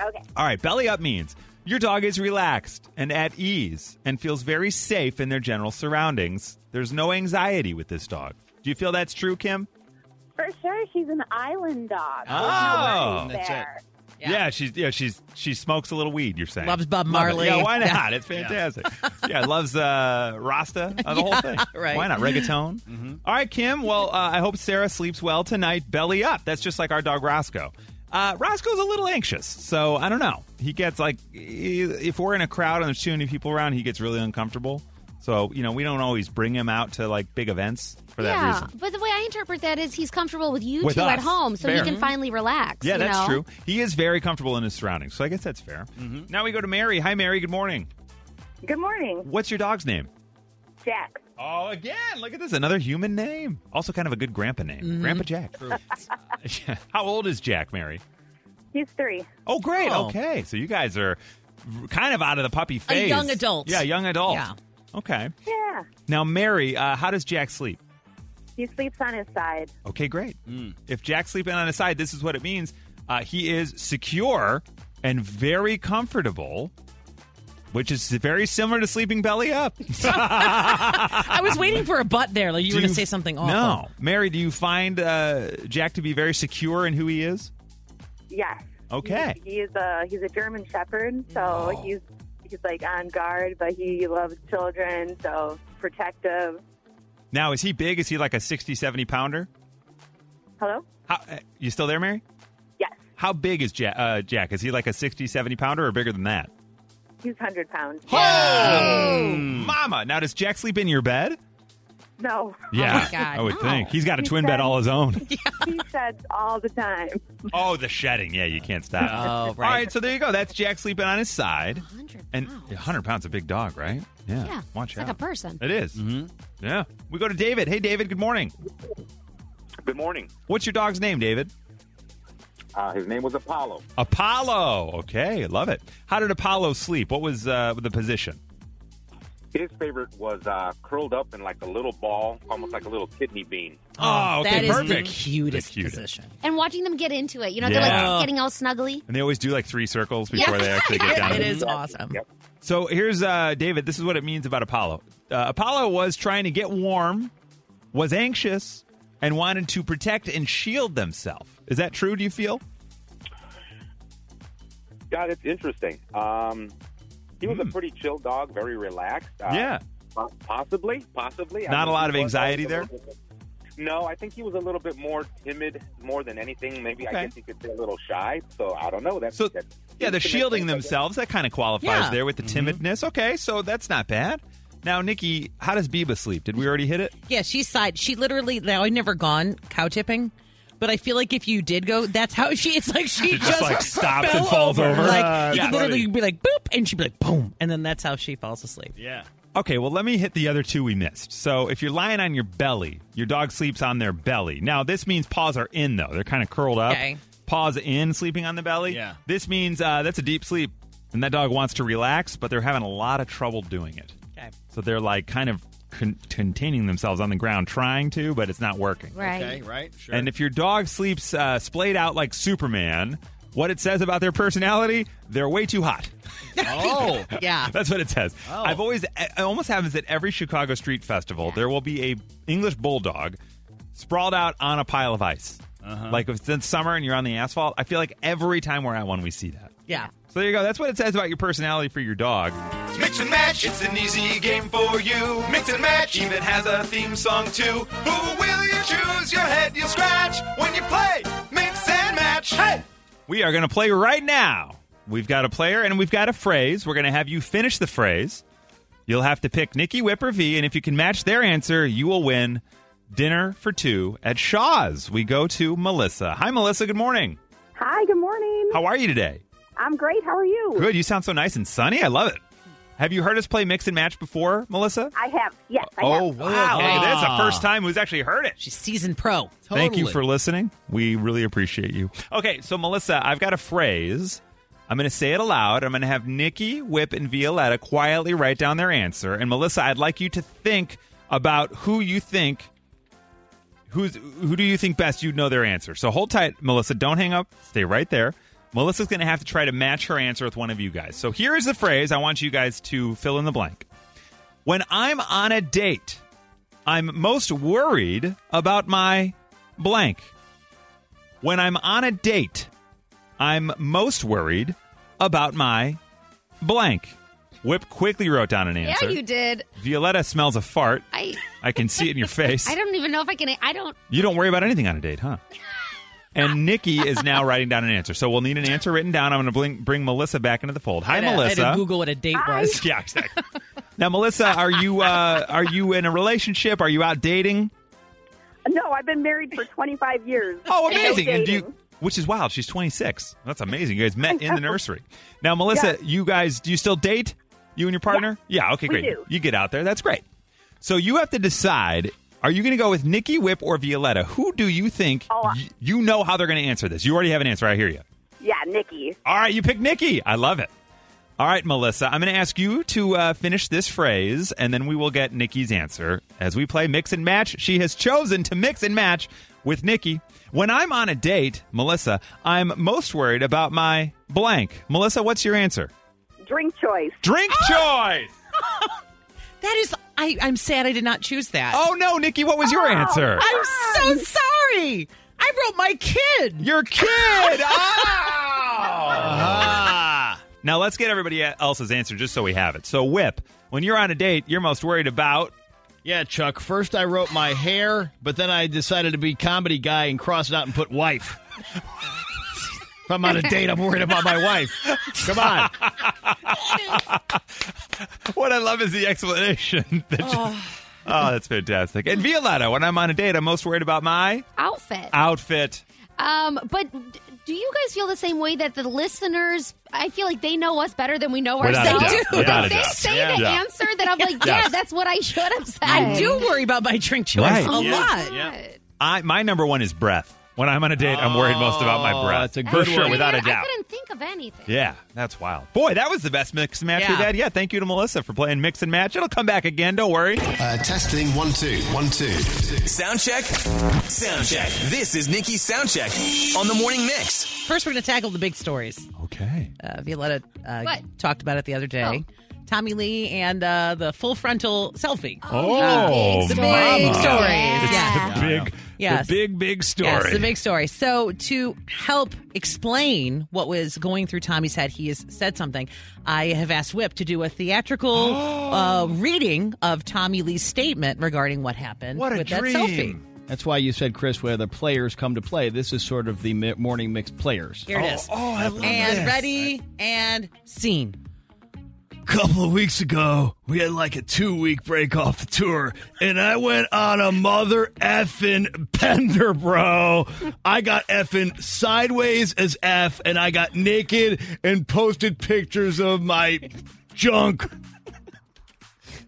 H: Okay.
A: All right, belly up means your dog is relaxed and at ease and feels very safe in their general surroundings. There's no anxiety with this dog. Do you feel that's true, Kim?
H: For sure, she's an island dog. There's no
A: Oh.
H: worries
D: That's
H: there.
A: Yeah. she's yeah, she's she smokes a little weed. You're saying
B: Loves Bob
A: Love it.
B: Marley.
A: Yeah, why not? It's fantastic. Yeah, loves uh, Rasta, uh, the whole thing.
B: right.
A: Why not reggaeton? All right, Kim. Well, uh, I hope Sarah sleeps well tonight. Belly up. That's just like our dog Roscoe. Uh, Roscoe's a little anxious, so I don't know. He gets like he- if we're in a crowd and there's too many people around, he gets really uncomfortable. So you know, we don't always bring him out to like big events for that
E: yeah.
A: reason.
E: But the way I interpret that is he's comfortable with you
A: With
E: two at
A: us.
E: home, so
A: Fair.
E: he can finally relax.
A: Yeah,
E: you
A: that's
E: know?
A: true. He is very comfortable in his surroundings, so I guess that's fair. Now we go to Mary. Hi, Mary. Good morning.
G: Good morning,
A: What's your dog's name?
G: Jack.
A: Oh, again, look at this. Another human name. Also, kind of a good grandpa name. Grandpa Jack. (laughs) How old is Jack, Mary?
G: He's three.
A: Oh, great.
B: Oh.
A: Okay. So you guys are kind of out of the puppy phase.
B: young adult.
A: Yeah, young adult.
B: Yeah.
A: Okay.
G: Yeah.
A: Now, Mary, uh, how does Jack sleep?
G: He sleeps on his side.
A: Okay, great.
B: Mm.
A: If Jack's sleeping on his side, this is what it means. Uh, he is secure and very comfortable, which is very similar to sleeping belly up.
B: I was waiting for a butt there. Like you
A: Do
B: were going
A: you-
B: to say something awful.
A: No. Mary, do you find uh, Jack to be very secure in who he is?
G: Yes.
A: Okay. Oh.
G: He, he is
H: uh,
G: a he's a German Shepherd, so he's he's like on guard, but he loves children, so protective.
A: Now, is he big? Is he like a 60, 70 pounder?
G: Hello.
A: How, uh, you still there, Mary?
G: Yes,
A: How big is Jack? Uh, Jack? Is he like a 60, 70 pounder or bigger than that?
G: he's hundred pounds.
A: Oh! Mama! Now, does Jack sleep in your bed?
H: (laughs)
G: No,
A: Yeah,
B: Oh God,
A: I would
B: no.
A: think he's got a
G: He
A: twin bed
G: said-
A: all his
B: (laughs)
A: own.
G: he sheds all the time.
A: Oh, the shedding. Yeah, you can't stop.
B: Oh,
A: All
B: right.
A: right, so there you go. That's Jack sleeping on his side.
E: 100
A: And
E: pounds.
A: 100 pounds, a big dog, right? Yeah.
E: Yeah.
A: Watch
E: it's
A: out.
E: like a person.
A: it is. Yeah. We go to David. Hey, David, good morning.
I: Good morning.
A: What's your dog's name, David?
I: Uh, his name was Apollo.
A: Apollo. Okay, love it. How did Apollo sleep? What was uh, the position?
I: His favorite was uh, curled up in like a little ball, almost like a little kidney bean.
A: Oh, okay,
B: that is
A: perfect.
B: the cutest,
A: The cutest.
B: position.
E: And watching them get into it. You know, they're
A: Yeah.
E: like getting all snuggly.
A: And they always do like three circles before
E: Yeah.
A: they actually get down.
B: (laughs) It is awesome.
I: Yep.
A: So here's uh, David. This is what it means about Apollo. Uh, Apollo was trying to get warm, was anxious, and wanted to protect and shield themselves. Is that true? Do you feel?
I: God, it's interesting. Um, he was a pretty chill dog, very relaxed. Uh,
A: Hmm. Yeah.
I: po- Possibly, possibly. I
A: Not a
I: mean,
A: lot
I: he
A: of
I: was
A: anxiety
I: a
A: there?
I: little bit- No, I think he was a little bit more timid, more than anything. Maybe
A: Okay.
I: I guess you could say a little shy. So I don't know. That's
A: So
I: that's-
A: yeah, they're shielding themselves. That kind of qualifies
B: Yeah.
A: there with the timidness. Okay, so that's not bad. Now, Nikki, how does Biba sleep? Did we already hit it?
B: Yeah, she's side. She literally. Now I've never gone cow tipping, but I feel like if you did go, that's how she. It's like she
A: (laughs) It
B: just,
A: just, like, stops
B: fell
A: and falls over.
B: Like
A: Uh,
B: you
A: yeah.
B: could literally be like boop, and she'd be like boom, and then that's how she falls asleep.
A: Yeah. Okay, well, let me hit the other two we missed. So, if you're lying on your belly, your dog sleeps on their belly. Now, this means paws are in, though. They're kind of curled up.
B: Okay.
A: Paws in, sleeping on the belly.
D: Yeah.
A: This means uh, that's a deep sleep, and that dog wants to relax, but they're having a lot of trouble doing it.
B: Okay.
A: So, they're like kind of con- containing themselves on the ground, trying to, but it's not working.
E: Right.
D: Okay, right? Sure.
A: And if your dog sleeps uh, splayed out like Superman, what it says about their personality, they're way too hot.
D: oh,
B: Yeah.
A: (laughs) That's what it says.
D: Oh.
A: I've always, it almost happens at every Chicago street festival. There will be a English bulldog sprawled out on a pile of ice. Like if it's in summer and you're on the asphalt, I feel like every time we're at one, we see that.
B: Yeah.
A: So there you go. That's what it says about your personality for your dog. Mix and match. It's an easy game for you. Mix and match even has a theme song too. Who will you choose? Your head you'll scratch when you play. Mix and match. Hey. We are going to play right now. We've got a player and we've got a phrase. We're going to have you finish the phrase. You'll have to pick Nikki, Whip, or V, and if you can match their answer, you will win dinner for two at Shaw's. We go to Melissa. Hi, Melissa. Good morning.
G: Hi, good morning.
A: How are you today?
G: I'm great. How are you?
A: Good. You sound so nice and sunny. I love it. Have you heard us play mix and match before, Melissa?
G: I have yes, I
A: oh,
G: have.
A: wow. Look at this. The first time who's actually heard it.
B: She's seasoned pro.
A: Thank you for listening. We really appreciate you. Okay, so Melissa, I've got a phrase. I'm going to say it aloud. I'm going to have Nikki, Whip, and Violetta quietly write down their answer. And Melissa, I'd like you to think about who you think who's who do you think best you'd know their answer. So hold tight, Melissa. Don't hang up. Stay right there. Melissa's going to have to try to match her answer with one of you guys. So here is the phrase. I want you guys to fill in the blank. When I'm on a date, I'm most worried about my blank. When I'm on a date, I'm most worried about my blank. Whip quickly wrote down an answer.
E: Yeah, you did.
A: Violetta smells a fart.
E: I
A: I can see it
E: (laughs)
A: in your face.
E: I don't even know if I can. I don't.
A: You don't worry about anything on a date, huh? And Nikki is
E: (laughs)
A: now writing down an answer. So we'll need an answer written down. I'm going to bring, bring Melissa back into the fold. Hi,
B: I had to-
A: Melissa.
B: I had to Google what a date was.
A: (laughs) Yeah, exactly. now, Melissa, are you uh, are you in a relationship? Are you out dating?
G: No, I've been married for 25 years. (laughs)
A: Oh,
G: And no
A: amazing! And do you,
G: dating.
A: which is
G: (laughs)
A: wild. She's 26. That's amazing. You guys met in the nursery. Now, Melissa,
G: Yes.
A: you guys, do you still date? You and your partner? Yeah, okay,
G: We
A: great.
G: do.
A: You get out there. That's great. So you have to decide are you going to go with Nikki Whip or Violetta? Who do you think
G: Oh, I-
A: y- you know how they're going to answer this? You already have an answer. I hear you.
G: Yeah, Nikki.
A: All right, you pick Nikki. I love it. All right, Melissa, I'm going to ask you to uh, finish this phrase, and then we will get Nikki's answer as we play Mix and Match. She has chosen to mix and match with Nikki. When I'm on a date, Melissa, I'm most worried about my blank. Melissa, what's your answer?
H: Drink choice.
A: Drink choice.
B: (laughs) That is, I, I'm sad I did not choose that.
A: Oh no, Nikki, what was your answer?
B: I'm so sorry. I wrote my kid.
A: Your kid. Oh. now let's get everybody else's answer just so we have it. So, Whip, when you're on a date, you're most worried about
D: Yeah, Chuck. First, I wrote my hair, but then I decided to be comedy guy and cross it out and put wife. if I'm on a date, I'm worried about my wife. Come on.
A: (laughs) What I love is the explanation. (laughs) that just- oh. that's fantastic. And Violetta, when I'm on a date, I'm most worried about my
E: Outfit.
A: Uh, outfit.
E: Um, but d- do you guys feel the same way that the listeners? I feel like they know us better than we know
A: Without a
E: ourselves.
A: doubt.
E: If
A: Without a
E: they
A: doubt.
E: say
A: Yeah.
E: the
A: Yeah.
E: answer that I'm
A: (laughs)
E: like, yeah, that's what I should have said.
B: I do worry about my drink choice
A: Right.
B: a lot.
A: I my number one is breath. When I'm on a date, I'm worried most about my
D: Oh,
A: breath.
D: that's a
A: For
D: good
A: sure,
E: I
D: one.
A: without a
E: couldn't-
A: doubt.
E: I couldn't think of anything.
A: Yeah, that's wild. Boy, that was the best mix and match we we
B: Yeah.
A: had. Yeah, thank you to Melissa for playing mix and match. It'll come back again. Don't worry.
J: Uh, testing one two one two.
F: Sound check. Sound check. This is Nikki's sound check on the morning mix.
B: First, we're going to tackle the big stories.
A: Okay.
B: Uh, Violetta uh,
E: What? Oh.
B: talked about it the other day. Tommy Lee and uh, the full frontal selfie.
A: Oh,
E: the big
A: mama.
E: story.
A: It's
E: Yeah.
A: the big,
B: Yes.
A: the big, big story.
B: Yes, the big story. So, to help explain what was going through Tommy's head, he has said something. I have asked Whip to do a
A: (gasps)
B: theatrical uh, reading of Tommy Lee's statement regarding what happened
A: What a
B: with
A: dream.
B: that selfie.
D: That's why you said, Chris, where the players come to play. This is sort of the mi- morning mix players.
B: Here it is.
A: Oh, I love
B: and
A: this.
B: ready and scene.
D: couple of weeks ago, we had like a two week break off the tour, and I went on a mother effing bender, bro. I got effing sideways as F, and I got naked and posted pictures of my junk,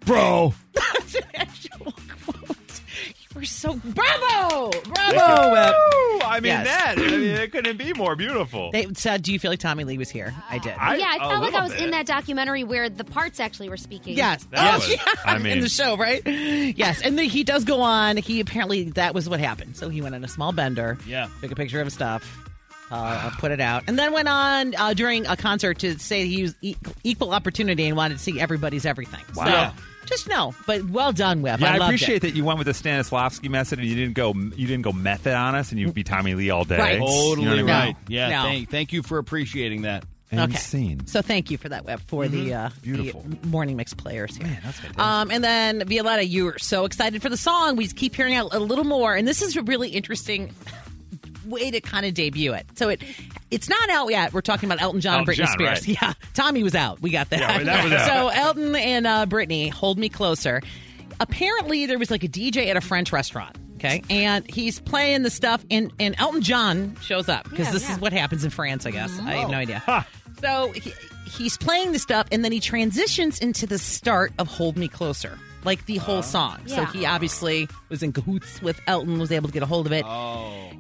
D: bro.
B: That's an actual quote. You were so bravo, bravo, Whip.
A: Woo! I mean
B: Yes.
A: that. I mean, it couldn't be more beautiful.
B: They said, "Do you feel like Tommy Lee was here?" I did.
E: Yeah, I
A: a
E: felt like
A: little
E: I was
A: bit.
E: in that documentary where the parts actually were speaking.
B: (laughs) Yes.
A: That
B: Oh,
A: was-
B: yeah.
A: I
B: in
A: mean-
B: the show, right? Yes. And then he does go on. He apparently that was what happened. So he went on a small bender.
D: Yeah.
B: Took a picture of his stuff. Uh, put it out, and then went on uh, during a concert to say he used e- equal opportunity and wanted to see everybody's everything. Wow!
D: Yeah.
B: just no, but well done, Webb.
A: Yeah, I,
B: loved
A: appreciate
B: it.
A: that you went with the Stanislavski method and you didn't go you didn't go method on us and you'd be Tommy Lee all day.
B: Right.
A: You know what I
D: Totally
A: mean?
D: right.
B: No.
D: Yeah,
B: No.
D: thank, thank you for appreciating that.
A: And
B: Okay.
A: scene.
B: So thank you for that, Web, for the, uh,
A: Beautiful.
B: the morning mix players here. Man, that's fantastic. Um, and then Violetta, you were so excited for the song. We keep hearing out a little more, and this is a really interesting (laughs) way to kind of debut it. So it it's not out yet. We're talking about Elton John and
A: Elton
B: Britney
A: John,
B: Spears.
A: right.
B: Yeah, Tommy was out. We got that.
A: Yeah,
B: (laughs)
A: that was out.
B: so Elton and uh, Britney, hold me closer. Apparently, there was like a DJ at a French restaurant. Okay, and he's playing the stuff, and and Elton John shows up because
E: Yeah,
B: this
E: yeah. Oh.
B: is what happens in France, I guess. I have no idea. So he, he's playing the stuff, and then he transitions into the start of "Hold Me Closer," like the whole song. So
E: Yeah.
B: he obviously was in cahoots with Elton, was able to get a hold of it.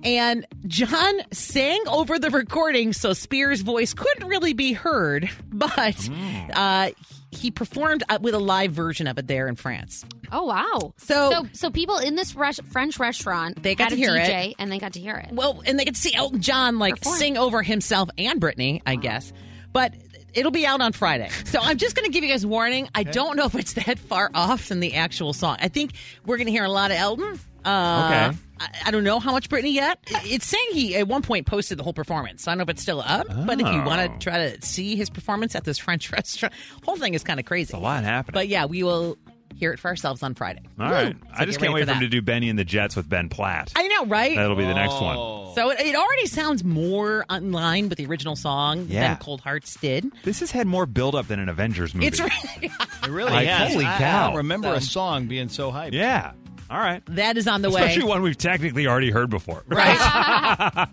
B: And John sang over the recording, so Spears' voice couldn't really be heard, (laughs) but uh, he performed uh, with a live version of it there in France.
E: Oh wow.
B: So-
E: so, so people in this res- French restaurant
B: They
E: had
B: got to
E: a
B: hear it.
E: DJ and they got to hear it.
B: Well, and they could see Elton John like
E: Perform.
B: sing over himself and Britney, I
A: Uh-huh.
B: guess. But it'll be out on Friday. So I'm just going to give you guys warning. I don't know if it's that far off from the actual song. I think we're going to hear a lot of Elton. Uh,
A: Okay.
B: I, I don't know how much Britney yet. I- It's saying he at one point posted the whole performance. I don't know if it's still up, but if you
A: Oh.
B: want to try to see his performance at this (laughs) French restaurant, whole thing is kind of crazy.
A: A lot happening.
B: But yeah, we will hear it for ourselves on Friday.
A: all right.
B: So
A: I just
B: get
A: can't
B: ready
A: wait
B: for
A: for him
B: that.
A: to do Benny and the Jets with Ben Platt.
B: I Oh. know, right?
A: That'll be the next one.
D: Oh.
B: So it, it already sounds more in line with the original song
A: Yeah.
B: than Cold Hearts did.
A: This has had more build up than an Avengers movie.
B: It's really, (laughs)
D: It really
A: Like,
D: has.
A: holy
D: I- I
A: cow.
D: don't remember a song being so hyped.
A: Yeah. All right.
B: that is on the way.
A: Especially one we've technically already heard before.
B: Right?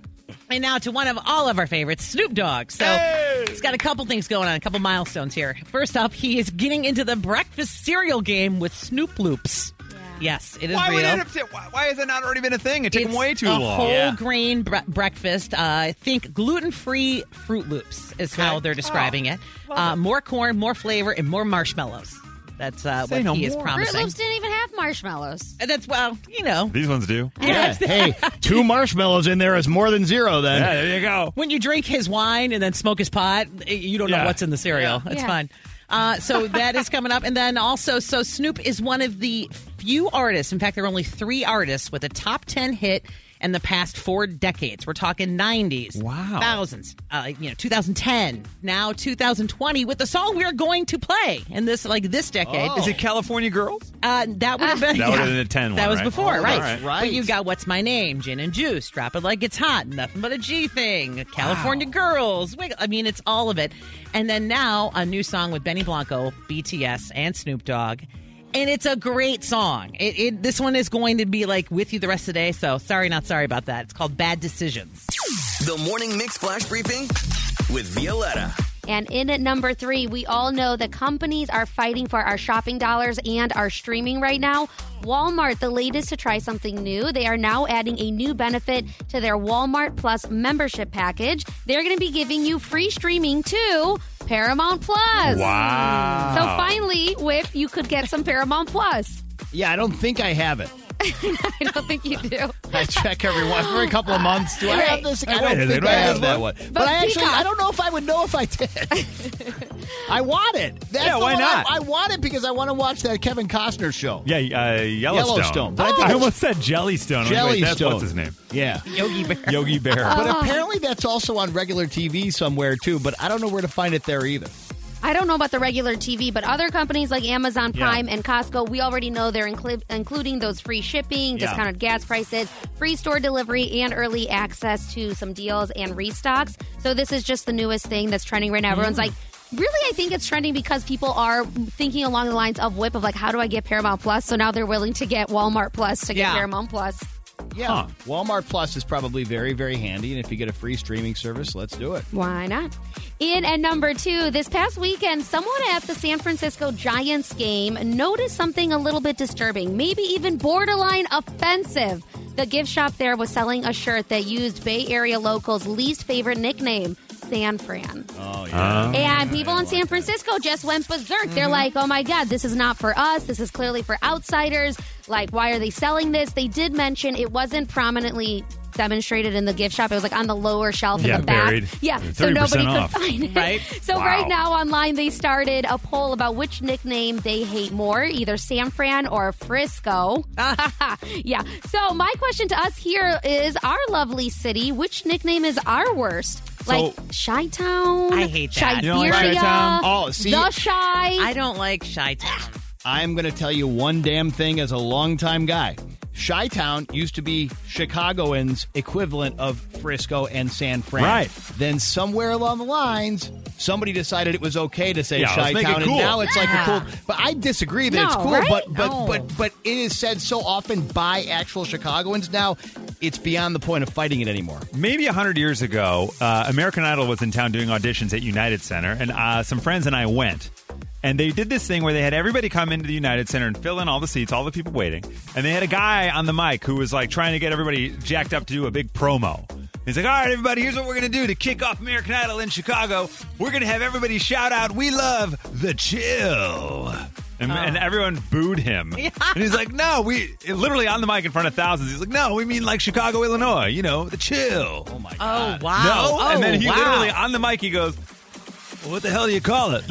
B: And now to one of all of our favorites, Snoop Dogg. So he's got a couple things going on, a couple milestones here. First up, he is getting into the breakfast cereal game with Snoop Loops. Yes, it is
A: (laughs) Why, would
B: real.
A: it have t- why, why has it not already been a thing? It took
B: It's
A: him way too
B: a
A: long.
B: Whole grain bre- breakfast. Uh, think gluten free Fruit Loops is how they're describing
E: Oh,
B: it. Uh, more corn, more flavor, and more marshmallows. That's uh,
A: Say
B: what
A: no
B: he is
A: more.
E: Fruit
B: promising.
E: Loops didn't even have marshmallows.
B: And That's well, you know,
A: These
B: (laughs)
A: ones do.
D: Yeah. hey, two marshmallows in there is more than zero. Then
A: Yeah, there you go.
B: when you drink his wine and then smoke his pot, you don't
A: Yeah.
B: know what's in the cereal. It's
E: Yeah.
B: fun. Uh,
E: (laughs)
B: so that is coming up, and then also, so Snoop is one of the few artists. In fact, there are only three artists with a top ten hit in the past four decades. We're talking nineties,
A: Wow.
B: thousands, uh, you know, 2010, now 2020 with the song we're going to play in this like this decade.
A: Oh. Is it California Girls?
B: Uh, that would have been
A: That
B: yeah. (laughs)
A: would've been a 10 one,
B: That was
A: right?
B: before,
A: Oh,
B: right?
A: that's
D: right.
B: But you got what's my name, gin and juice, drop it like it's hot, nothing but a G thing, California girls. Wiggle. I mean, it's all of it. And then now a new song with Benny Blanco, BTS, and Snoop Dogg. And it's a great song. It, it this one is going to be like with you the rest of the day. So sorry, not sorry about that. It's called Bad Decisions.
F: The Morning Mix Flash Briefing with Violetta.
E: And in at number three, we all know that companies are fighting for our shopping dollars and our streaming right now. Walmart, the latest to try something new, they are now adding a new benefit to their Walmart Plus membership package. They're going to be giving you free streaming to Paramount Plus.
A: Wow.
E: So finally, Whip, you could get some Paramount Plus. (laughs)
D: yeah, I don't think I have it.
E: I don't think you do.
D: I check every once every couple of months. Do I have this? I
A: Wait,
D: don't
A: they
D: think
A: don't
D: I
A: have
D: have that
A: one?
D: one. But,
E: But
D: I actually,
E: Peacock-
D: I don't know if I would know if I did. I want it. That's
A: Yeah,
D: the
A: why
D: one I-
A: not?
D: I, want it because I want to watch that Kevin Costner show.
A: Yeah, uh, Yellowstone.
D: Yellowstone. But I think
A: I
D: it's-
A: almost said Jellystone. I'm like, Wait, that's
D: Jellystone.
A: what's his name?
D: Yeah.
B: Yogi Bear. (laughs)
A: Yogi Bear.
D: But apparently that's also on regular TV somewhere too. But I don't know where to find it there either.
E: I don't know about the regular TV, but other companies like Amazon
A: Yeah.
E: Prime and Costco, we already know they're inclu- including those free shipping,
A: Yeah.
E: discounted gas prices, free store delivery, and early access to some deals and restocks. So this is just the newest thing that's trending right now. Everyone's
A: Mm.
E: like, really, I think it's trending because people are thinking along the lines of Whip of like, how do I get Paramount Plus? So now they're willing to get Walmart Plus to get
B: Yeah.
E: Paramount Plus.
D: Yeah. Walmart Plus is probably very, very handy. And if you get a free streaming service, let's do it.
E: Why not? In at number two, this past weekend, someone at the San Francisco Giants game noticed something a little bit disturbing, maybe even borderline offensive. The gift shop there was selling a shirt that used Bay Area locals' least favorite nickname, San Fran.
A: Oh,
D: Uh,
E: And people in San Francisco just went berserk. They're
A: Mm-hmm.
E: like, oh my God, this is not for us. This is clearly for outsiders. Like, why are they selling this? They did mention it wasn't prominently demonstrated in the gift shop. It was like on the lower shelf
A: Yeah,
E: in the back.
A: buried.
E: Yeah,
A: 30%
E: so nobody
A: off.
E: could find it.
B: Right?
E: (laughs) So
A: Wow.
E: right now online, they started a poll about which nickname they hate more, either San Fran or Frisco. (laughs) yeah. So my question to us here is our lovely city, which nickname is our worst? Like Chi Town.
B: I hate that.
A: You don't like
E: Siberia,
A: Chi-Town?
D: Oh, see-
E: the shy.
B: I don't like Shy Town.
D: I'm going to tell you one damn thing as a longtime guy. Chi Town used to be Chicagoans' equivalent of Frisco and San Fran.
A: Right.
D: Then somewhere along the lines, somebody decided it was okay to say
A: Yeah, let's
D: Chi
A: make it
D: Town,
A: cool.
D: and now it's like
B: Yeah.
D: a cool. But I disagree that it's
E: No,
D: cool.
E: right?
D: But but
B: No.
D: but but it is said so often by actual Chicagoans now. It's beyond the point of fighting it anymore.
A: Maybe 100 years ago, uh, American Idol was in town doing auditions at United Center, and uh, some friends and I went. And they did this thing where they had everybody come into the United Center and fill in all the seats, all the people waiting. And they had a guy on the mic who was like trying to get everybody jacked up to do a big promo. He's like, all right, everybody, here's what we're going to do to kick off American Idol in Chicago. We're going to have everybody shout out, we love the chill. And, and everyone booed (laughs) him. And he's like, no, we, literally on the mic in front of thousands, he's like, no, we mean like Chicago, Illinois, you know, the chill. Oh my
B: Oh wow!
A: no.
B: Oh,
A: and then he
B: wow.
A: literally on the mic he goes, well, "What the hell do you call (laughs) it?"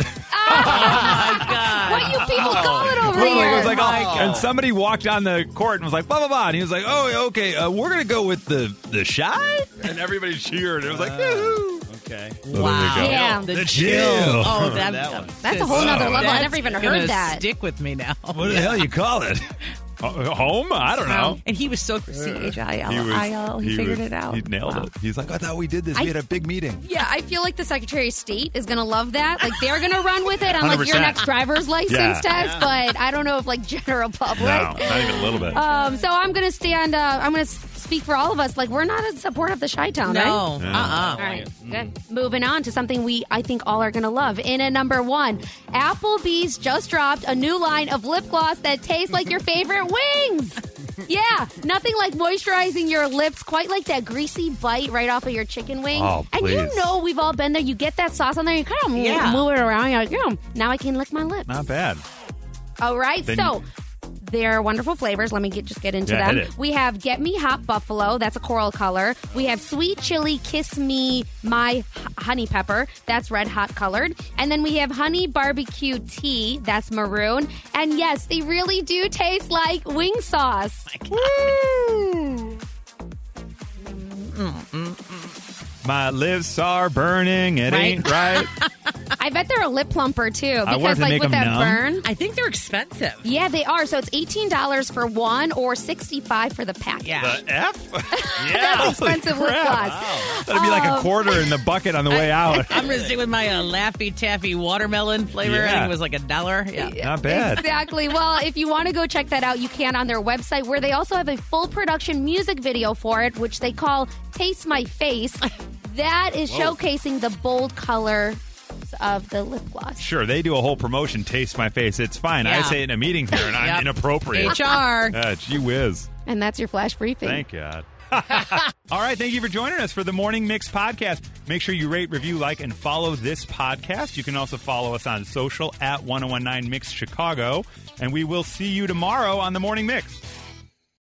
B: My God.
E: what you people call it over
A: Oh. Literally,
E: here?
A: it was like, oh. and somebody walked on the court and was like, "Blah blah blah," and he was like, "Oh, okay, uh, we're gonna go with the the shy," and everybody cheered. It was like, "Yoo-hoo."
D: Okay.
B: Wow.
A: there you
E: go. Yeah.
B: The,
A: The
B: chill.
A: chill. (laughs)
B: Oh, that,
D: That one.
E: That's a whole nother level. I
B: that's
E: never even heard
B: gonna
E: that.
B: Stick with me now.
A: "What
B: (laughs)
A: the hell you call (laughs) it?" Uh, home? I don't know.
B: And he was so C H I L I L. He, figured
A: was-
B: it out.
A: He nailed
B: Wow.
A: it. He's like, "I thought we did this.
E: I-
A: we had a big meeting."
E: yeah, I feel like the Secretary of State is going to love that. Like they're going to run with it on like your
A: 100%.
E: next driver's license
A: Yeah.
E: test, but I don't know if like general public.
A: No, not even a little bit.
E: Um, so I'm gonna stand. Uh, I'm gonna s- speak for all of us. Like, we're not in support of the Chi Town, right?
B: No. Uh-uh.
E: All right. Good. Moving on to something we I think all are gonna love. In at number one, Applebee's just dropped a new line of lip gloss that tastes like your favorite (laughs) wings. Yeah, nothing like moisturizing your lips quite like that greasy bite right off of your chicken wing.
A: Oh,
E: and you
A: please.
E: know we've all been there. You get that sauce on there, you kind of
B: Yeah.
E: move it around. You're like, yeah, now I can lick my lips.
A: Not bad.
E: All right,
A: Then
E: so they're wonderful flavors. Let me get, just get into
A: Yeah,
E: them.
A: hit it.
E: We have Get Me Hot Buffalo. That's a coral color. We have Sweet Chili Kiss Me My H- Honey Pepper. That's red hot colored. And then we have Honey Barbecue Tea. That's maroon. And yes, they really do taste like wing sauce.
A: Oh
E: Woo!
A: My lips are burning. It
E: Right.
A: ain't right.
E: I bet they're a lip plumper too. Because
A: wanted to
E: like
A: make
E: with
A: them
E: that
A: numb.
E: burn.
B: I think they're expensive.
E: Yeah, they are. So it's eighteen dollars for one or sixty five for the pack.
B: Yeah.
A: The F? Yeah.
E: That's
A: holy
E: expensive lip
A: crap.
E: gloss.
A: That'd be like a
E: Um,
A: quarter in the bucket on the way out.
B: I'm gonna stick with my uh, Laffy Taffy watermelon flavor. I think
A: Yeah.
B: it was like a dollar. Yeah.
A: Not bad.
E: Exactly. Well, if you want to go check that out, you can on their website where they also have a full production music video for it, which they call Taste My Face. That is showcasing the bold color of the lip gloss.
A: Sure, they do a whole promotion, Taste My Face. It's fine. I
B: Yeah.
A: say it in a meeting here, and I'm
B: Yep.
A: inappropriate.
B: HR.
A: Uh, gee whiz.
E: And that's your flash briefing.
A: Thank God. (laughs) All right, thank you for joining us for the Morning Mix podcast. Make sure you rate, review, like, and follow this podcast. You can also follow us oh on social at 1019 Mix Chicago, and we will see you tomorrow on the Morning Mix.